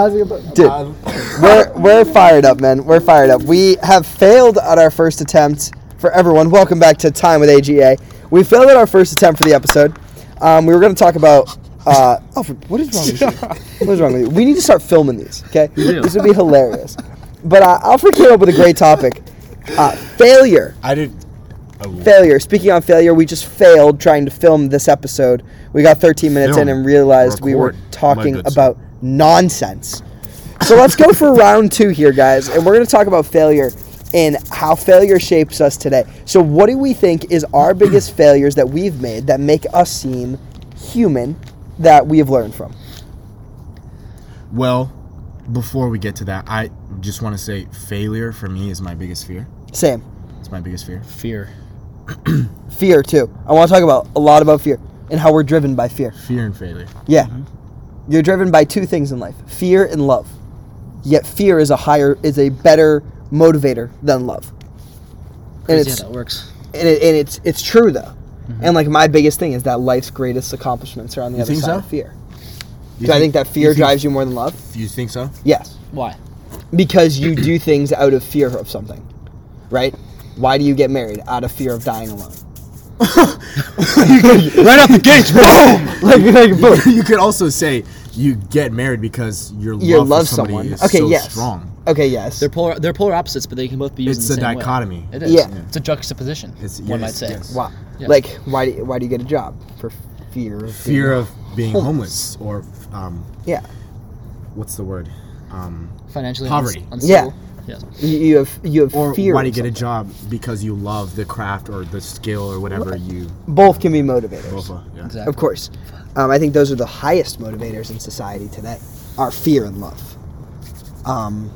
How's it about? Dude, Uh, we're we're fired up, man. We're fired up. We have failed at our first attempt. For everyone, welcome back to Time with AGA. We failed at our first attempt for the episode. Um, we were going to talk about. Uh, Alfred, what is wrong with you? What is wrong with you? We need to start filming these. Okay, do. this would be hilarious. But uh, Alfred came up with a great topic: uh, failure. I did. Failure. Speaking on failure, we just failed trying to film this episode. We got 13 minutes in Film. and realized we were Record. talking My good about nonsense. So let's go for round two here, guys, and we're going to talk about failure and how failure shapes us today. So, what do we think is our biggest failures that we've made that make us seem human that we have learned from? Well, before we get to that, I just want to say failure for me is my biggest fear. Same. It's my biggest fear. Fear. Fear too. I want to talk about a lot about fear and how we're driven by fear. Fear and failure. Yeah. Mm-hmm. You're driven by two things in life: fear and love. Yet fear is a higher is a better motivator than love. And Crazy it's how that works. and, it, and it's it's true though. And like my biggest thing is that life's greatest accomplishments are on the other Mm-hmm. side think so? of fear. You Do I think that you fear drives you more than love? You think so? Yes. Why? Because you do things out of fear of something. Right? Why do you get married? Out of fear of dying alone. right out the gates, boom! Like, like boom. you could also say you get married because your love, You for love somebody someone. is Okay, so yes. strong. Okay, yes. They're polar. They're polar opposites, but they can both be used. It's in a the same way. dichotomy. It is. Yeah. Yeah. It's a juxtaposition. It's- one might yes, say. yes. Wow. Yeah. Like why do you, why do you get a job? For fear of being- Fear of being homeless or um, Yeah. what's the word? Um, Financially. Poverty. uns- Yeah. unstable. Yes. You, you have you have or fear. why do you of get a something. job because you love the craft or the skill or whatever you. Both can be motivators. both love. Yeah. Exactly. Of course. Um, I think those are the highest motivators in society today are fear and love. Um,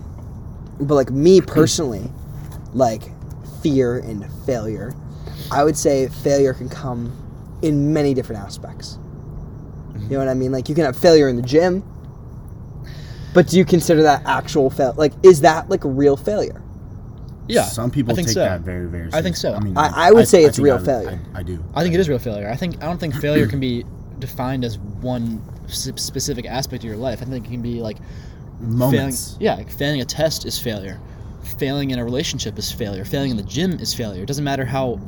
but, like, me personally, like, fear and failure, I would say failure can come in many different aspects. You know what I mean? Like, you can have failure in the gym, but do you consider that actual fail? Like, is that, like, a real failure? Yeah. Some people I think take so. that very, very seriously. I think so. I- I would say it's think real I would- failure. I, I do. I think it is real failure. I think I don't think failure can be defined as one s- specific aspect of your life. I think it can be like Moments. failing. Yeah, like failing a test is failure. Failing in a relationship is failure. Failing in the gym is failure. It doesn't matter how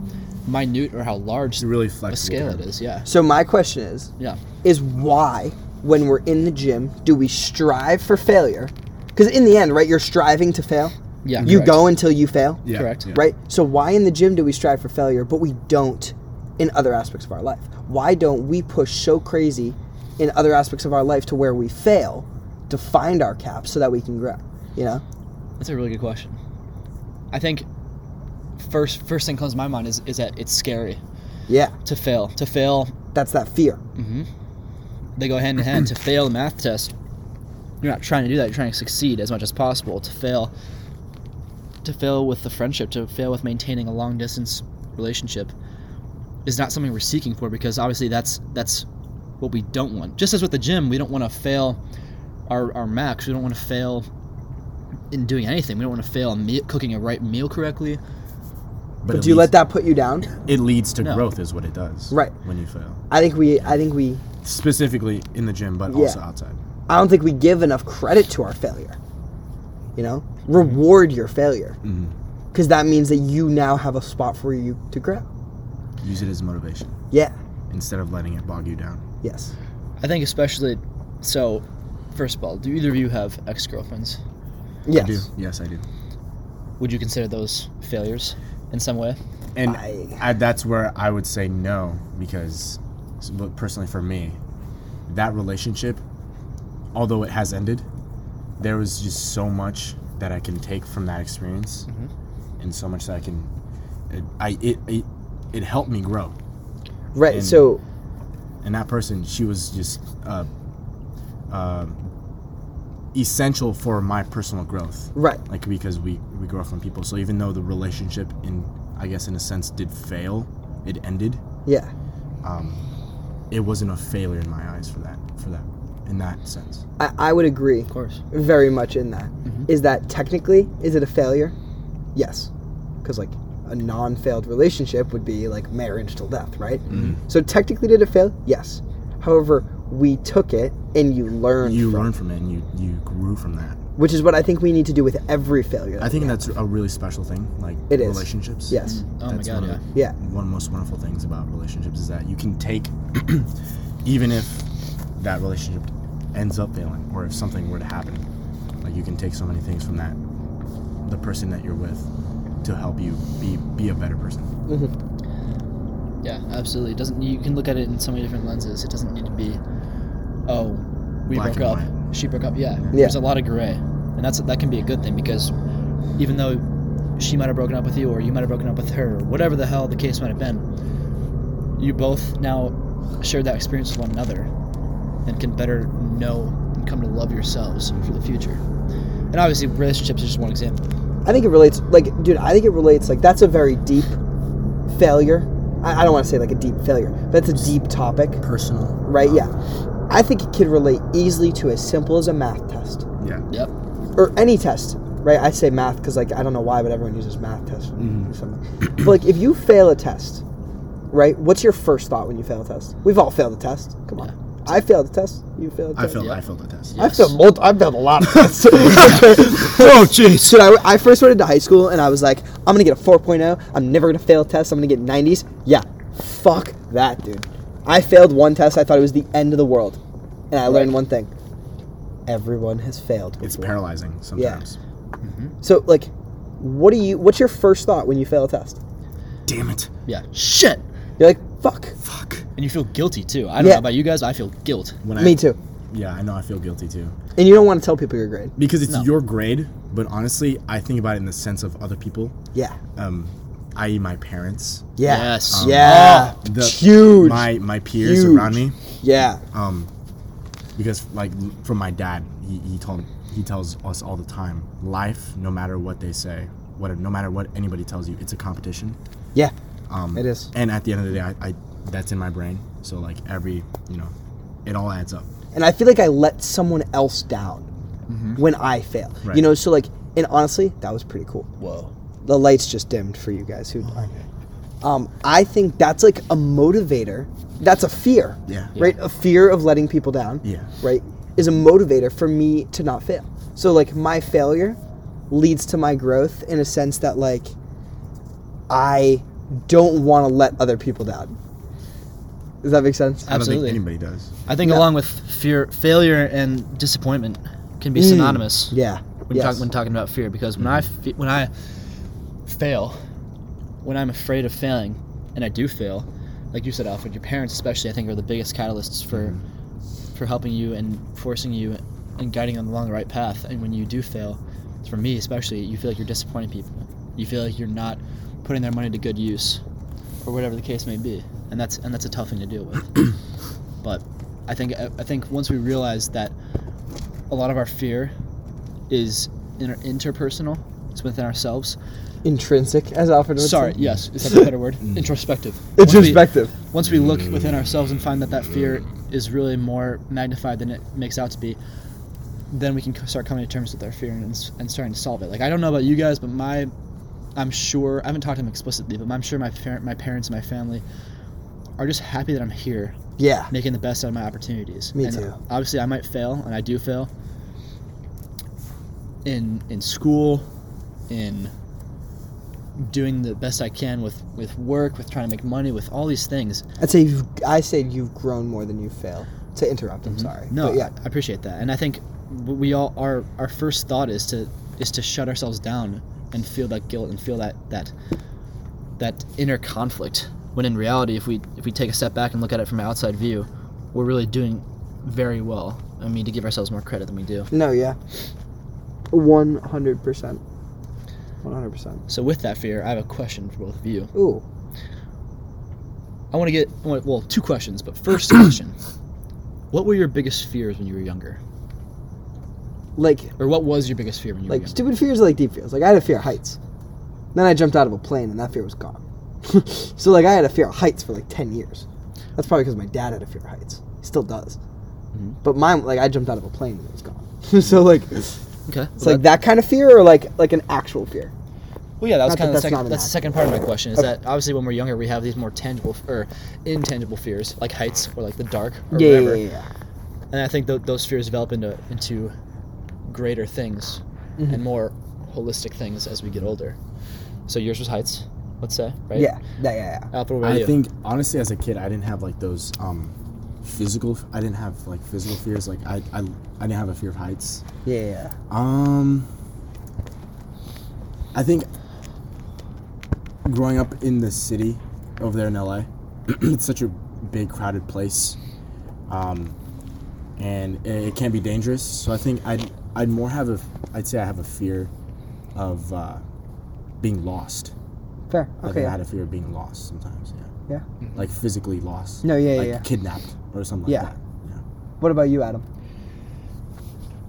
minute or how large It's a really a flexible. scale term. it is. Yeah. So, my question is Yeah. is why, when we're in the gym, do we strive for failure? Because in the end, right, you're striving to fail. Yeah, You correct. go until you fail. Yeah, Correct. yeah. Right. So why in the gym do we strive for failure, but we don't in other aspects of our life? Why don't we push so crazy in other aspects of our life to where we fail to find our cap so that we can grow? You know. That's a really good question. I think first first thing comes to my mind is is that it's scary Yeah. to fail. To fail, That's that fear. Mm-hmm. they go hand in hand. to fail a math test, you're not trying to do that. You're trying to succeed as much as possible. To fail, to fail with the friendship, to fail with maintaining a long distance relationship, is not something we're seeking for because obviously that's that's what we don't want. Just as with the gym, we don't want to fail our our max. We don't want to fail in doing anything. We don't want to fail in me- cooking a right meal correctly. But it do you let leads- that put you down? It leads to No. growth, is what it does. Right. When you fail, I think we. I think we. specifically in the gym, but Yeah. also outside. I don't think we give enough credit to our failure. You know, reward your failure Mm-hmm. because that means that you now have a spot for you to grow. Use it as motivation Yeah. instead of letting it bog you down. Yes. I think especially so. First of all, do either of you have ex girlfriends? Yes. I do. Yes, I do. Would you consider those failures in some way? And I- I, that's where I would say no because, s- but personally for me, that relationship, although it has ended, there was just so much that I can take from that experience, Mm-hmm. and so much that I can, it, I it, it it helped me grow. Right. And- so And that person, she was just uh, uh, essential for my personal growth. right. like because we we grow from people so even though the relationship in i guess in a sense did fail it ended um, Yeah. it wasn't a failure in my eyes for that for that in that sense I, I would agree Of course. very much in that. Is Mm-hmm. that technically is it a failure? Yes. Cuz like a non-failed relationship would be like Mm-hmm. marriage till death, right? So technically did it fail? Yes. However, we took it and you learn. you from- learn from it and you you grew from that. which is what I think we need to do with every failure. I think that's a really special thing, like It is. relationships. Yes. Oh my god, one yeah. of the- Yeah. One of the most wonderful things about relationships is that you can take, even if that relationship ends up failing, or if something were to happen, like you can take so many things from that, the person that you're with, to help you be be a better person. Mm-hmm. Yeah, absolutely. It doesn't you can look at it in so many different lenses. It doesn't need to be, oh, we Black broke and up, white. she broke up. Yeah. Yeah. there's a lot of gray, and that's that can be a good thing because even though she might have broken up with you or you might have broken up with her, or whatever the hell the case might have been, you both now share that experience with one another and can better know and come to love yourselves for the future. And obviously, relationships is just one example. I think it relates, like, dude, I think it relates, like, that's a very deep failure. I, I don't want to say, like, a deep failure, but it's a deep topic, Personal. right? Yeah. I think it could relate easily to as simple as a math test Yeah. Yep. or any test, right? I say math because, like, I don't know why, but everyone uses math test Mm-hmm. or something. but, like, if you fail a test, right, what's your first thought when you fail a test? We've all failed a test. Come on. I failed a test. You failed a I test. failed. Yeah. I failed the test. I Yes. failed multi- I've done a lot of tests. oh, jeez. Dude, I, I first went into high school and I was like, I'm going to get a 4.0. I'm never going to fail tests. I'm going to get 90s. Yeah. Fuck that, dude. I failed one test. I thought it was the end of the world. And I learned one thing everyone has failed. It's before. paralyzing sometimes. So, like, what do you, what's your first thought when you fail a test? Damn it. Yeah. Shit. You're like, fuck. Fuck. And you feel guilty too. I don't Yeah. know about you guys, but I feel guilt. When Me too. Yeah, I know. I feel guilty too. And you don't want to tell people your grade. because it's No. your grade. But honestly, I think about it in the sense of other people, Yeah. um, i.e., my parents, Yeah. Yes. Um, yeah. the, Huge. my my peers Huge. around me. yeah. Um, because like from my dad, he, he told he tells us all the time, life, no matter what they say, what no matter what anybody tells you, it's a competition. Yeah. Um, It is. And at the end of the day, I, I that's in my brain. So like every you know, it all adds up. and I feel like I let someone else down when I fail. Mm-hmm. Right. You know, so like, and honestly, that was pretty cool. Whoa. The lights just dimmed for you guys who Oh, aren't here. Um, I think that's like a motivator. That's a fear. Yeah. Right? A fear of letting people down. Yeah. Right? Is a motivator for me to not fail. So like my failure leads to my growth in a sense that like I don't want to let other people down. Does that make sense? I don't think Absolutely. anybody does. I think Yeah. along with fear, failure and disappointment can be synonymous. Yeah. When, yes. talk, when talking about fear, because when I fe- when I fail, when I'm afraid of failing, and I do fail, like you said, Alfred, your parents especially, I think, are the biggest catalysts for for helping you and forcing you and guiding you along the right path. And when you do fail, for me especially, you feel like you're disappointing people. You feel like you're not putting their money to good use, or whatever the case may be. And that's and that's a tough thing to deal with. but I think I think once we realize that a lot of our fear is inter- interpersonal, it's within ourselves. intrinsic, as Alfred would Sorry, say. yes, is that a better word? Introspective. Once we- Introspective. once we look within ourselves and find that that fear is really more magnified than it makes out to be then we can c- start coming to terms with our fear and, s- and starting to solve it like i don't know about you guys but my i'm sure i haven't talked to them explicitly but i'm sure my, par- my parents and my family are just happy that i'm here Yeah. making the best out of my opportunities Me and too. obviously i might fail and i do fail in in school in doing the best i can with with work with trying to make money with all these things I'd say you've, I say you've grown more than you fail. To interrupt, I'm sorry. Mm-hmm. No, But yeah. I appreciate that, and I think w- we all our our first thought is to is to shut ourselves down and feel that guilt and feel that that that inner conflict. When in reality, if we if we take a step back and look at it from an outside view, we're really doing very well. I mean, to give ourselves more credit than we do. No, yeah. One hundred percent. One hundred percent. So with that fear, I have a question for both of you. Ooh. I want to get I wanna- well two questions, but first question: What were your biggest fears when you were younger, Like or what was your biggest fear when you were like younger? stupid fears are like deep fears. Like I had a fear of heights. Then I jumped out of a plane and that fear was gone. so like I had a fear of heights for like ten years. That's probably because my dad had a fear of heights. He still does. Mm-hmm. But mine like I jumped out of a plane and it was gone. so like it's okay, well, like that kind of fear or like like an actual fear. Well, yeah, that was Not kind of the that that's not second. an That's the second part of my question is that obviously when we're younger we have these more tangible f- or intangible fears like heights or like the dark or Yeah, yeah, whatever. yeah, yeah. and I think th- those fears develop into into greater things Mm-hmm. and more holistic things as we get older. So yours was heights, let's say, right? Yeah, yeah, yeah, yeah. Alpha, what about I you? think honestly, as a kid, I didn't have like those um, physical. I didn't have like physical fears. Like I, I, I didn't have a fear of heights. Yeah, yeah, yeah. Um, I think growing up in the city over there in LA, it's such a big crowded place, um, and it, it can be dangerous. So I think I'd I'd more have a I'd say I have a fear of uh, being lost. Fair. Okay. I think I Yeah. had a fear of being lost sometimes. Yeah, yeah. like physically lost. No, yeah, yeah, like yeah. Kidnapped or something Yeah. like that. Yeah. What about you, Adam?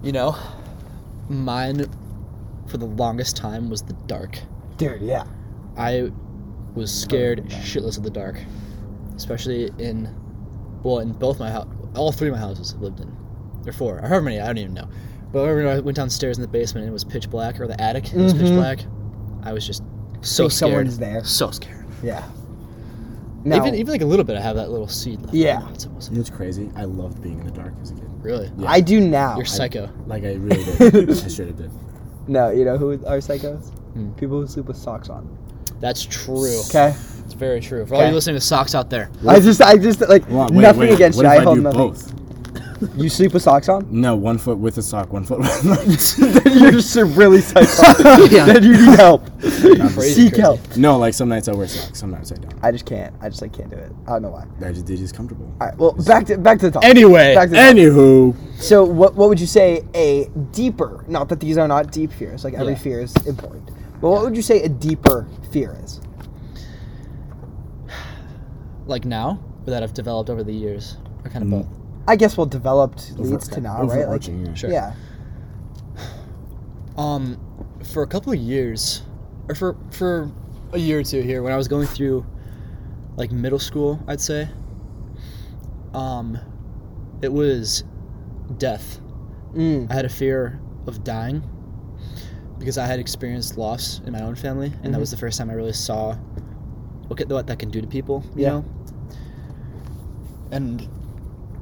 you know, mine for the longest time was the dark. Dude, yeah. I was scared shitless of the dark, especially in, well, in both my house, all three of my houses I've lived in, or four, or however many I don't even know. But I remember I went downstairs in the basement and it was pitch black, or the attic it was pitch Mhm. black. I was just so scared. Think someone's there. So scared. Yeah. Now, Even even like a little bit, I have that little seed left. Yeah. It's almost You know what's crazy? I loved being in the dark as a kid. really. Yeah. I do now. You're psycho. Like I really did. I straight up did. no, you know who are psychos? Hmm. People who sleep with socks on. That's true. Okay. It's very true. For all Okay. you listening to socks out there, I just, I just like Well, wait, nothing wait, against what you. If I I, hold do nothing. both. You sleep with socks on? No, one foot with a sock, one foot. With You're just a really psycho. Yeah. Then you need help. Crazy, Seek crazy. help. no, like some nights I wear socks, sometimes I don't. I just can't. I just like can't do it. I don't know why. I just, they're just comfortable. All right. Well, back to back to the topic. Anyway, Back to the anywho, So, what what would you say a deeper? Not that these are not deep fears. Like every Yeah. fear is important. But what would you say a deeper fear is? like now, or that I've developed over the years, or kind of Mm. both. I guess well, developed leads to Overca- now, right? Like, overarching, yeah. Sure. yeah, Um, for a couple of years, or for for a year or two here, when I was going through like middle school, I'd say. Um, it was death. mm, I had a fear of dying because I had experienced loss in my own family, and that was the first time I really saw what, ca- what that can do to people. You Yeah. know, and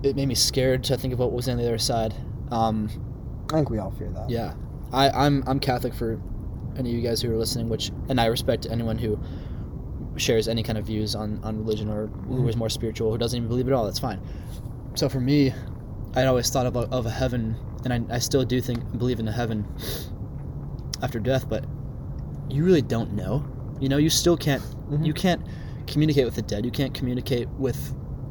it made me scared to think of what was on the other side. Um, I think we all fear that. yeah, I, I'm I'm Catholic for any of you guys who are listening, which and I respect anyone who shares any kind of views on on religion or who is more spiritual, who doesn't even believe at all. That's fine. So for me, I always thought of a, of a heaven, and I, I still do think believe in a heaven after death, but you really don't know. You know, you still can't you can't communicate with the dead. You can't communicate with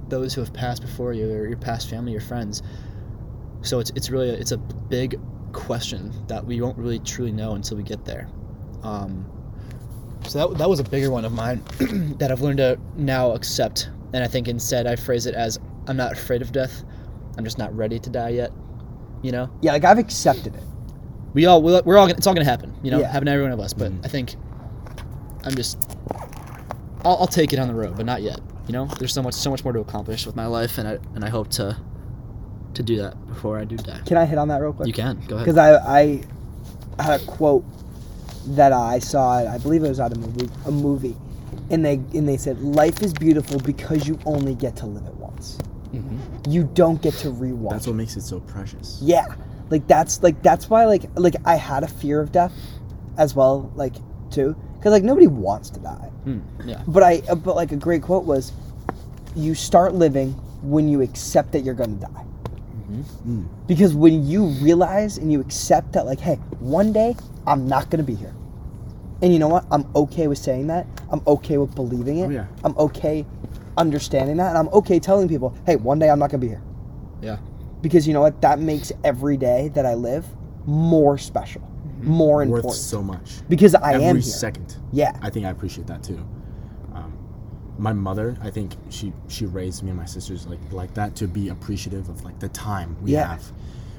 those who have passed before you or your past family, your friends. So it's it's really a, it's a big question that we won't really truly know until we get there. Um, so that, that was a bigger one of mine that I've learned to now accept. And I think instead I phrase it as I'm not afraid of death. I'm just not ready to die yet. You know, yeah. Like I've accepted it. we all we're, we're all gonna, it's all gonna happen. You know, Yeah. happen to every one of us. But Mm-hmm. I think I'm just I'll, I'll take it on the road, but not yet. You know, there's so much so much more to accomplish with my life, and I and I hope to to do that before I do die. Can I hit on that real quick? You can go ahead. because I, I had a quote that I saw. I believe it was out of a movie, a movie, and they and they said, "Life is beautiful because you only get to live it once. You don't get to rewatch." That's what makes it so precious. yeah, like that's like that's why like like I had a fear of death, as well like too, because like nobody wants to die. Mm, yeah. But I uh, but like a great quote was, "You start living when you accept that you're gonna die." Mm. Because when you realize and you accept that, like, hey, one day I'm not gonna be here, and you know what? I'm okay with saying that. I'm okay with believing it. Oh, yeah. I'm okay understanding that, and I'm okay telling people, hey, one day I'm not gonna be here, Yeah. because you know what? That makes every day that I live more special, more Mm-hmm. Worth important. so much. because I Every am here. second. Yeah. I think I appreciate that too. Um, my mother, I think she she raised me and my sisters like like that to be appreciative of like the time we Yeah. have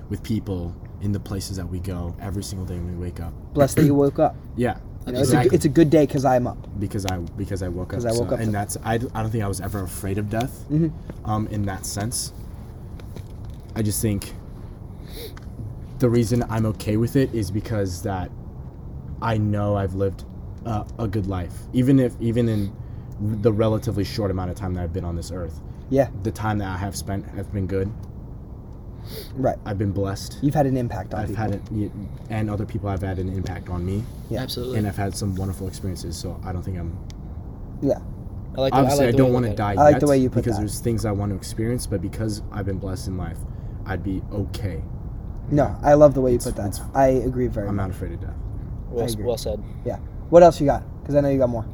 with people in the places that we go every single day when we wake up. Blessed that you woke up. Yeah, You know, it's, a, it's a good day because I'm up. because I because I woke up. 'Cause I woke so, up and to- Mm-hmm. that's I, d- I don't think I was ever afraid of death, um, in that sense. I just think the reason I'm okay with it is because that I know I've lived uh, a good life, even if even in the relatively short amount of time that I've been on this earth. Yeah. The time that I have spent has been good, Right. I've been blessed. You've had an impact on I've people. had it, y- and other people have had an impact on me, Yeah. Absolutely. and I've had some wonderful experiences. So I don't think I'm. Yeah. I like the- Obviously, I, like the way don't you want to look at it. die. I like yet the way you put because that. there's things I want to experience, but because I've been blessed in life, I'd be okay. No, I love the way you It's- put that. it's- I agree very I'm much. not afraid of death. I Well, agree. well said. Yeah. What else you got? Because I know you got more.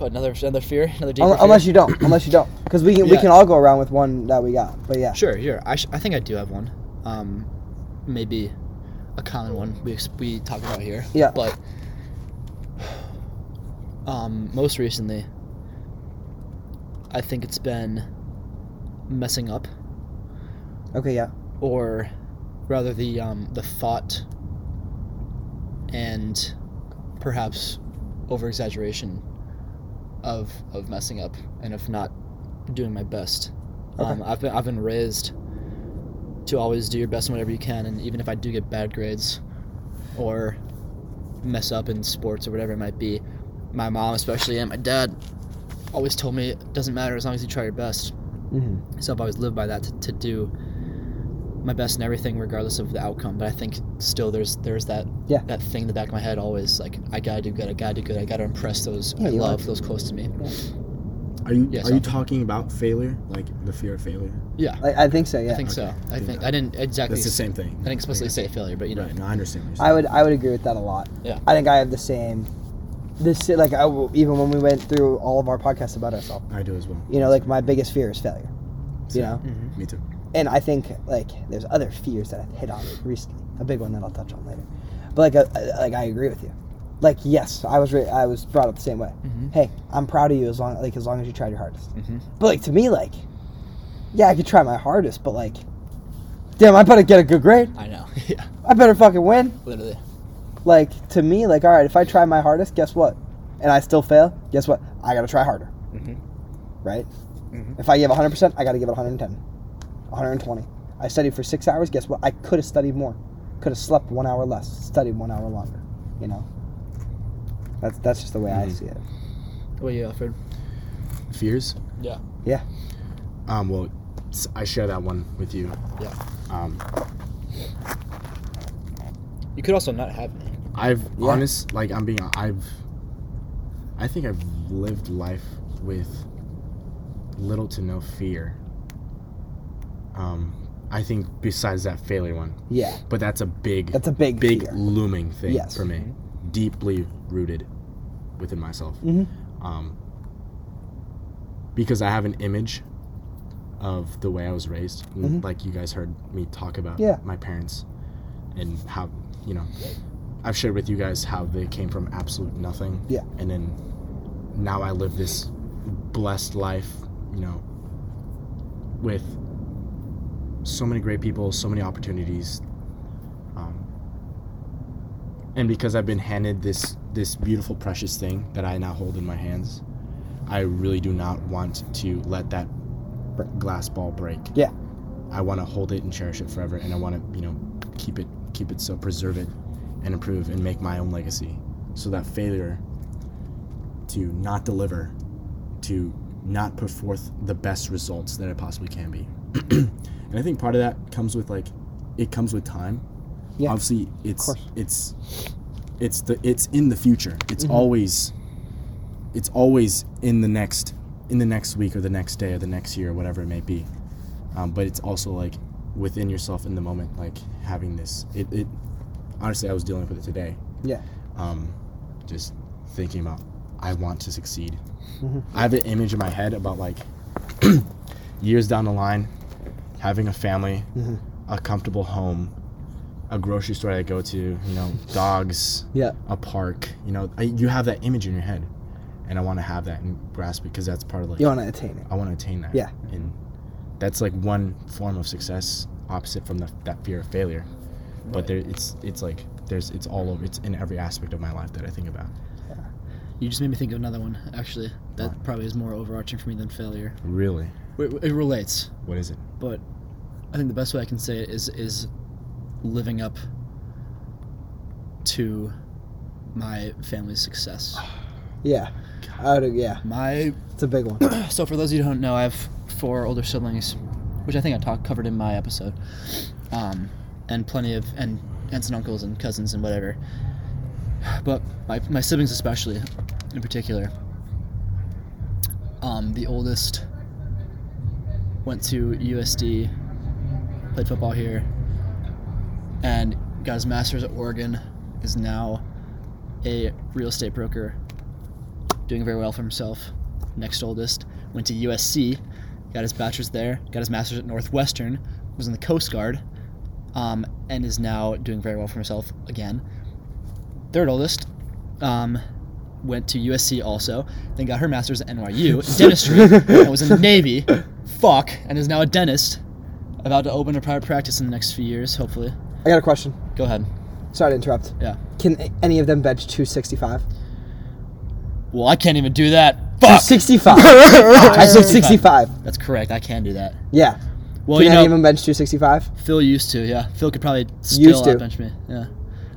Another another fear, another deeper Un- fear. unless you don't. Unless you don't. Because we can we Yeah. can all go around with one that we got. But yeah. Sure, sure. I, sh- I think I do have one. Um, maybe a common one we, ex- we talk about here. Yeah. But um, most recently, I think it's been messing up, Okay. Yeah. or rather the um, the thought and perhaps over exaggeration of of messing up and of not doing my best. Um, I've been I've been raised to always do your best in whatever you can, and even if I do get bad grades or mess up in sports or whatever it might be, my mom especially and my dad always told me it doesn't matter as long as you try your best. Mm-hmm. So I've always lived by that to, to do my best in everything, regardless of the outcome. But I think still there's there's that Yeah. that thing in the back of my head always like I gotta do good, I gotta do good, I gotta impress those Yeah, I you love, are. those close to me. Are you Yes, are you I'm- talking about failure, like the fear of failure? Yeah, Like, I think so. Yeah. I think so. Okay. I think I didn't exactly. That's the same thing. I didn't explicitly say failure, but you know. Right. No, I understand. What you're I would I would agree with that a lot. Yeah. I think I have the same. This like I will- even when we went through all of our podcasts about ourselves, saying. I do as well. you know, like my biggest fear is failure. You Same. know, Mm-hmm. Me too. and I think like there's other fears that I've hit on recently. A big one that I'll touch on later. But like uh, uh, like I agree with you. Like yes, I was ra- I was brought up the same way. Mhm. Hey, I'm proud of you as long like as long as you tried your hardest. Mhm. But like to me like, yeah, I could try my hardest, but like, damn, I better get a good grade. I know. yeah, I better fucking win. literally. like to me like all right if i try my hardest guess what and i still fail guess what i gotta try harder Mhm. right Mhm. if i give 100% i gotta give it 110 120 i studied for six hours guess what i could have studied more could have slept one hour less studied one hour longer you know that's that's just the way i Mhm. see it Well, yeah, Alfred. Fears. Yeah. yeah Um. Well, s- I share that one with you. Yeah. Um. You could also not have me. I've Yeah. honest, like I'm being, I've, I think I've lived life with little to no fear. Um, I think besides that failure one, yeah but that's a big, that's a big big fear. looming thing Yes. Mm-hmm. for me, deeply rooted within myself. Mhm. Um, because I have an image of the way I was raised, Mm, Mhm. like you guys heard me talk about Yeah. my parents and how you know I've shared with you guys how they came from absolute nothing. Yeah. And then now I live this blessed life, you know, with so many great people, so many opportunities. Um, and because I've been handed this this beautiful precious thing that I now hold in my hands, I really do not want to let that br- glass ball break. Yeah. I want to hold it and cherish it forever and I want to, you know, keep it keep it so preserve it and improve and make my own legacy. So that failure to not deliver, to not put forth the best results that I possibly can be. and I think part of that comes with like it comes with time. Yeah. Obviously it's course. it's it's the it's in the future. It's Mm-hmm. always it's always in the next in the next week or the next day or the next year or whatever it may be um, but it's also like within yourself in the moment like having this it, it honestly i was dealing with it today yeah um, just thinking about i want to succeed Mhm. i have an image in my head about like years down the line having a family Mhm. a comfortable home a grocery store i go to you know dogs yeah a park you know I, you have that image in your head and i want to have that and grasp it because that's part of like you want to attain it I want to attain that. Yeah. And that's like one form of success, opposite from the, that fear of failure. But there, it's it's like there's it's all over. It's in every aspect of my life that I think about. You just made me think of another one. Actually, that probably is more overarching for me than failure. Really, It, it relates. what is it? but I think the best way I can say it is is living up to my family's success. yeah I would, yeah My it's a big one so for those of you who don't know, I have four older siblings, which I think I talked covered in my episode, um, and plenty of and aunts and uncles and cousins and whatever. But my my siblings especially, in particular. Um, the oldest went to USD, played football here, and got his master's at Oregon. Is now a real estate broker, doing very well for himself. Next oldest went to USC, got his bachelor's there, got his master's at Northwestern, was in the Coast Guard, um, and is now doing very well for himself again. Third oldest um, went to USC also, then got her master's at NYU in dentistry, and was in the Navy. Fuck, and is now a dentist, about to open a private practice in the next few years, hopefully. I got a question. Go ahead. Sorry to interrupt. Yeah. Can a- any of them bench 265? Well, I can't even do that. Fuck. 65. I said 65. 65. That's correct. I can do that. Yeah. Well, Can you any know, of them bench 265? Phil used to. Yeah, Phil could probably still Used to. outbench me. Yeah.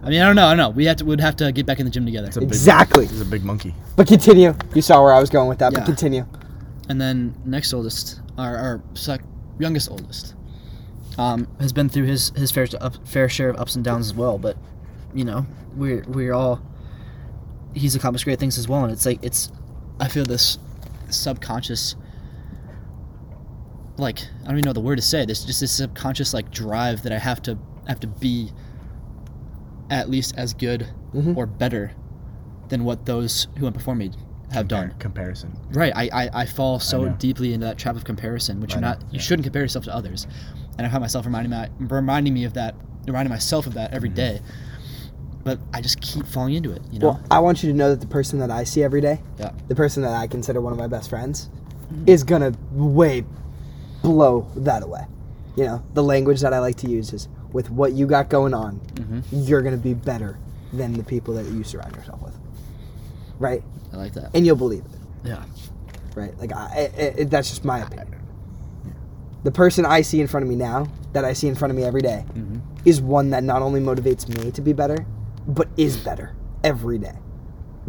I mean, I don't know. I don't know. We have to. Would have to get back in the gym together. It's a big- Exactly. He's a big monkey. But continue. You saw where I was going with that, Yeah. but continue. and then next oldest, our, our sec- youngest oldest, um, has been through his his fair sh- up, fair share of ups and downs as well. But you know, we're we're all he's accomplished great things as well, and it's like it's I feel this subconscious like I don't even know the word to say. There's just this subconscious like drive that I have to have to be at least as good Mhm. or better than what those who went before me have done. Comparison. Right. I, I, I fall so know. deeply into that trap of comparison, which I you're know, not you yeah. shouldn't compare yourself to others. And I find myself reminding my, reminding me of that reminding myself of that every Mm-hmm. day. But I just keep falling into it, you know? Well, I want you to know that the person that I see every day, yeah. Mm-hmm. the person that I consider one of my best friends, is gonna way blow that away. You know, the language that I like to use is with what you got going on, Mm-hmm. you're gonna be better than the people that you surround yourself with. Right? I like that. And you'll believe it. Yeah. right? Like I, I, I, that's just my opinion. The person I see in front of me now, that I see in front of me every day, Mm-hmm. is one that not only motivates me to be better, but is Mm. better every day,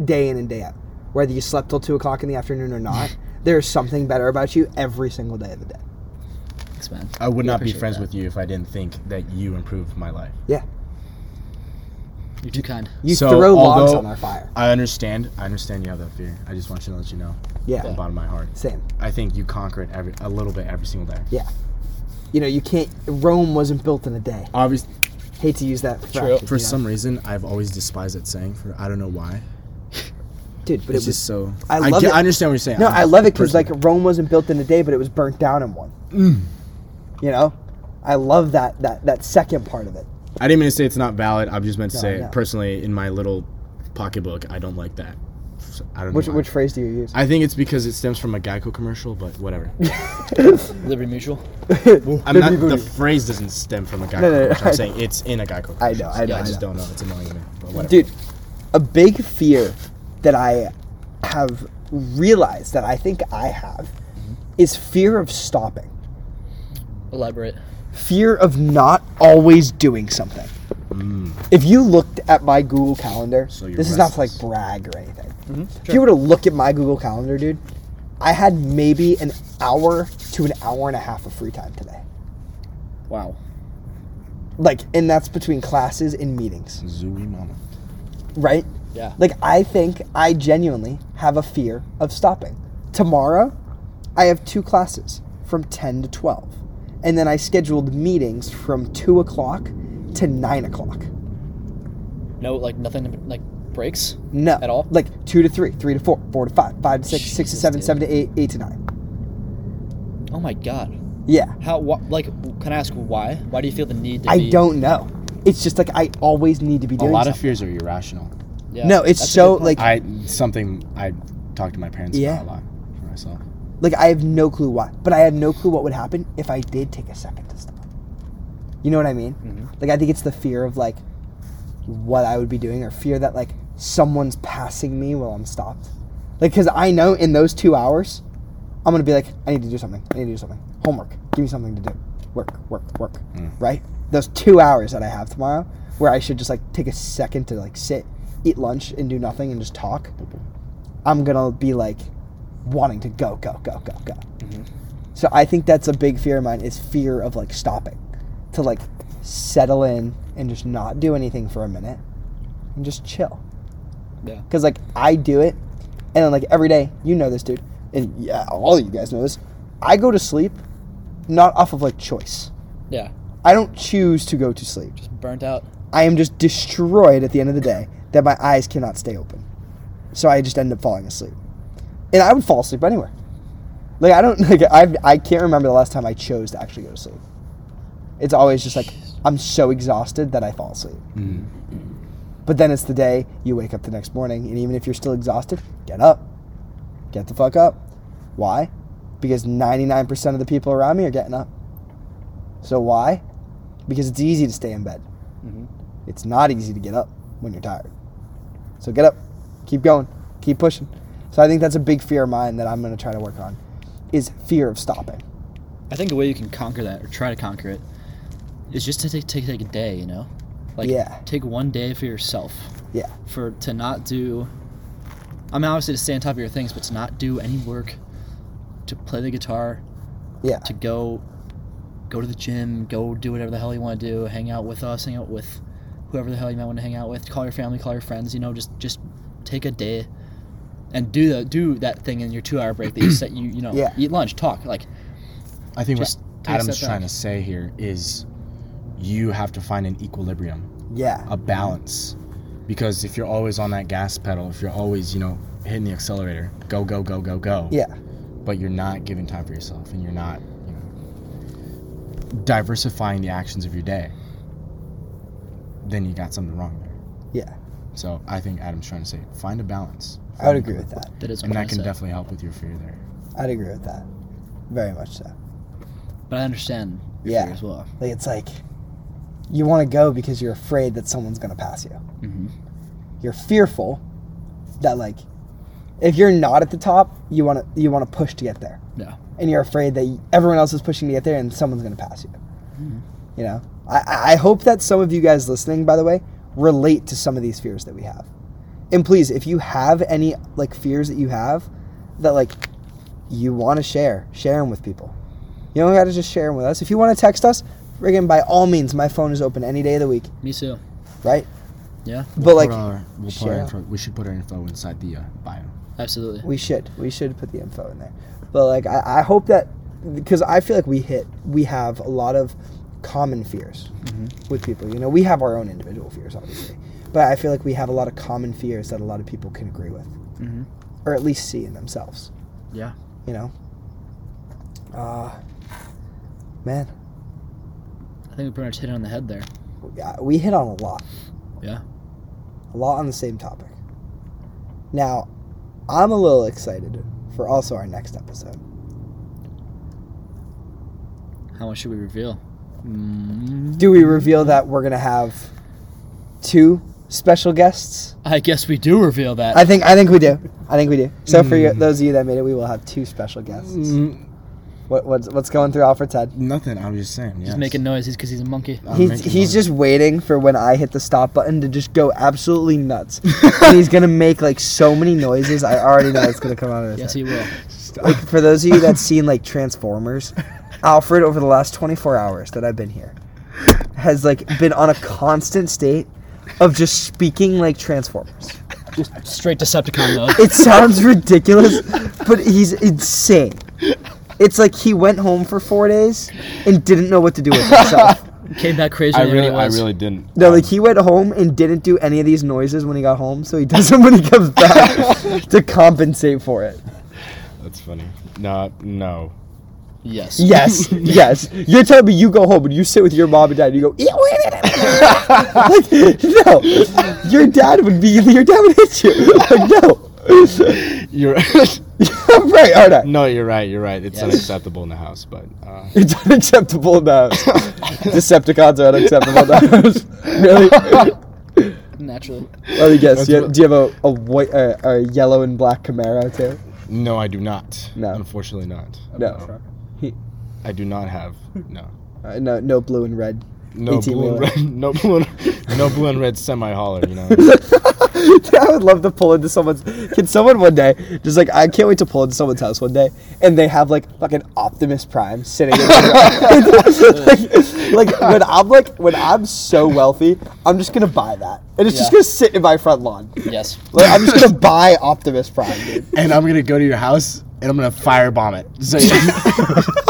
day in and day out. Whether you slept till two o'clock in the afternoon or not, there is something better about you every single day of the day. Thanks, man. I would Yeah, not be appreciate friends that. with you if I didn't think that you improved my life. Yeah, You're too kind. you So, throw logs although- on our fire. I understand. I understand you have that fear. I just want you to let you know Yeah, from the bottom of my heart. same. I think you conquer it every a little bit every single day. Yeah, you know you can't. Rome wasn't built in a day. Obviously, Hate to use that for for some reason, I've always despised that saying. For I don't know why. dude, but It's it was just so. I love get- it. I understand what you're saying. No, I love it because like personally- Rome wasn't built in a day, but it was burnt down in one. Mm. You know, I love that that that second part of it. I didn't mean to say it's not valid. I'm just meant to No, say no. personally in my little pocketbook, I don't like that. So, I don't Which know. why. which phrase do you use? I think it's because it stems from a Geico commercial, but whatever. Liberty Mutual. I'm not, booty. the phrase doesn't stem from a Geico No, no, no, commercial. I- I'm saying it's in a Geico commercial. I know, I know, I I just know. don't know. It's annoying me, but whatever. Dude, a big fear that I have realized that I think I have is fear of stopping, Elaborate. fear of not always doing something. If you looked at my Google Calendar, Mm. So you're this is not to like restless. brag or anything. If you were to look at my Google Calendar, dude, I had maybe an hour to an hour and a half of free time today. Wow. Like, and that's between classes and meetings, Zooey mama. right? Yeah. Like, I think I genuinely have a fear of stopping. Tomorrow, I have two classes from 10 to 12. And then I scheduled meetings from 2 o'clock to 9 o'clock. No like nothing like breaks? No. At all? Like 2 to 3, 3 to 4, 4 to 5, 5 to 6, 6 to Jesus, 7, dude. 7 to 8, 8 to 9. Oh my god. Yeah. How wh- like can I ask why? Why do you feel the need to I be- don't know. It's just like I always need to be A doing lot of something. fears are irrational. Yeah, no, it's that's a so, good point. like- I something I talk to my parents Yeah. about a lot for myself. Like I have no clue why, but I have no clue what would happen if I did take a second to stop. You know what I mean? Like I think it's the fear of like what I would be doing, or fear that like someone's passing me while I'm stopped. Like because I know in those two hours, I'm gonna be like, I need to do something. I need to do something. Homework. Give me something to do. Work. Work. Work. Right? Those two hours that I have tomorrow, where I should just like take a second to like sit, eat lunch, and do nothing and just talk. I'm gonna be like wanting to go, go, go, go, go. So I think that's a big fear of mine is fear of like stopping, to like settle in and just not do anything for a minute, and just chill. Yeah. Cause like I do it, and then like every day, you know this dude, and yeah, all you guys know this. I go to sleep, not off of like choice. Yeah. I don't choose to go to sleep. Just burnt out. I am just destroyed at the end of the day that my eyes cannot stay open. So I just end up falling asleep. And I would fall asleep anywhere. Like I don't like I I can't remember the last time I chose to actually go to sleep. It's always just like I'm so exhausted that I fall asleep. But then it's the day you wake up the next morning and even if you're still exhausted, get up. Get the fuck up. Why? Because 99% of the people around me are getting up. So why? Because it's easy to stay in bed. It's not easy to get up when you're tired. So get up, keep going, keep pushing. So I think that's a big fear of mine that I'm going to try to work on is fear of stopping. I think the way you can conquer that or try to conquer it is just to take take, take a day, you know? Like Yeah. take one day for yourself. Yeah. For to not do I mean obviously to stay on top of your things, but to not do any work, to play the guitar, Yeah. to go go to the gym, go do whatever the hell you want to do, hang out with us, hang out with whoever the hell you might want to hang out with, call your family, call your friends, you know, just just take a day and do the do that thing in your two hour break that you set you you know Yeah. eat lunch, talk. Like I think Just what take a Adam's step trying back. to say here is you have to find an equilibrium, Yeah. a balance. Because if you're always on that gas pedal, if you're always, you know, hitting the accelerator, go, go, go, go, go. Yeah. But you're not giving time for yourself and you're not, you know, diversifying the actions of your day, then you got something wrong there. Yeah. So I think Adam's trying to say find a balance. I would agree with that. that is And what I that can said. definitely help with your fear there. I'd agree with that. Very much so. But I understand your Yeah. fear as well. Like it's like you want to go because you're afraid that someone's going to pass you. Mhm. You're fearful that like if you're not at the top, you want to you want to push to get there. Yeah. and you're afraid that everyone else is pushing to get there and someone's going to pass you. You know, I- I, I hope that some of you guys listening, by the way, relate to some of these fears that we have. And please, if you have any like fears that you have that like you want to share, share them with people. You don't got to just share them with us. If you want to text us, friggin' by all means, my phone is open any day of the week, Me too. right? Yeah. But Put like, our- we'll put our share. info, we should put our info inside the uh, bio. Absolutely. We should. We should put the info in there. But like, I, I hope that because I feel like we hit, we have a lot of common fears Mm-hmm. with people. You know, we have our own individual fears, obviously, but I feel like we have a lot of common fears that a lot of people can agree with, Mhm. or at least see in themselves. Yeah. You know. Uh, man, I think we pretty much hit it on the head there. yeah, we hit on a lot. Yeah. A lot on the same topic. Now, I'm a little excited for also our next episode. How much should we reveal? Mm, do we reveal that we're gonna have two special guests? I guess we do reveal that. I think I think we do. I think we do. So for you, those of you that made it, we will have two special guests. Mm. What, what's what's going through Alfred's head? Nothing. I'm just saying. he's making noises because he's a monkey. I'm He's making he's noises. just waiting for when I hit the stop button to just go absolutely nuts, and he's gonna make like so many noises. I already know it's gonna come out of his Yes, head. he will. Like for those of you that's seen like Transformers, Alfred over the last 24 hours that I've been here has like been on a constant state of just speaking like Transformers. Just straight Decepticon mode. It sounds ridiculous, but he's insane. It's like he went home for four days and didn't know what to do with himself. Came back crazy. I than really, he I was. really didn't. No, like he went home and didn't do any of these noises when he got home, so he does them when he comes back to compensate for it. That's funny. No, no. Yes. Yes, yes. You're telling me you go home and you sit with your mom and dad and you go, "Ew, wait a minute." like, no, your dad would be, your dad would hit you. Like, no. You're I'm right, aren't I? no, you're right. You're right. It's Yes. unacceptable in the house, but uh, It's unacceptable now. Decepticons are unacceptable now. really? Naturally. Let me guess. You, do you have a, a white, uh, a yellow and black Camaro too? no, I do not. No. unfortunately, not. No. He- I do not have. No, uh, no, no blue and red no 18 blue and wheeler. red, no blue, and, no blue and red semi hauler. You know, I would love to pull into someone's. Can someone one day just like I can't wait to pull into someone's house one day and they have like fucking Optimus Prime sitting. In the like, like when I'm like when I'm so wealthy, I'm just gonna buy that and it's just Yeah. gonna sit in my front lawn. Yes. Like I'm just gonna buy Optimus Prime, dude. and I'm gonna go to your house and I'm gonna firebomb it. So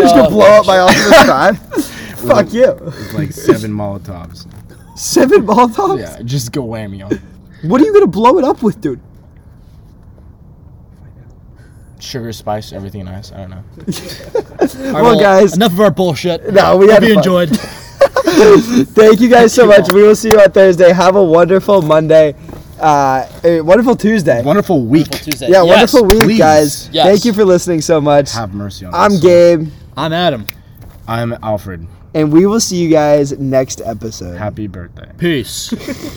Just gonna blow up my Optimus Prime. Oh, Fuck you. like seven Molotovs. Seven Molotovs. Yeah, just go whammy on. it. What are you gonna blow it up with, dude? Sugar, spice, everything nice. I don't know. All right, Well, guys- Enough of our bullshit. No, we had Hope you fun. enjoyed. Thank you guys so much. We will see you on Thursday. Have a wonderful Monday. Uh, a wonderful Tuesday. Wonderful week. Wonderful Tuesday. Yeah, Yes. wonderful week, please. guys. Yes. Thank you for listening so much. Have mercy on I'm us. Gabe, I'm Adam. I'm Alfred. and we will see you guys next episode. Happy birthday. Peace.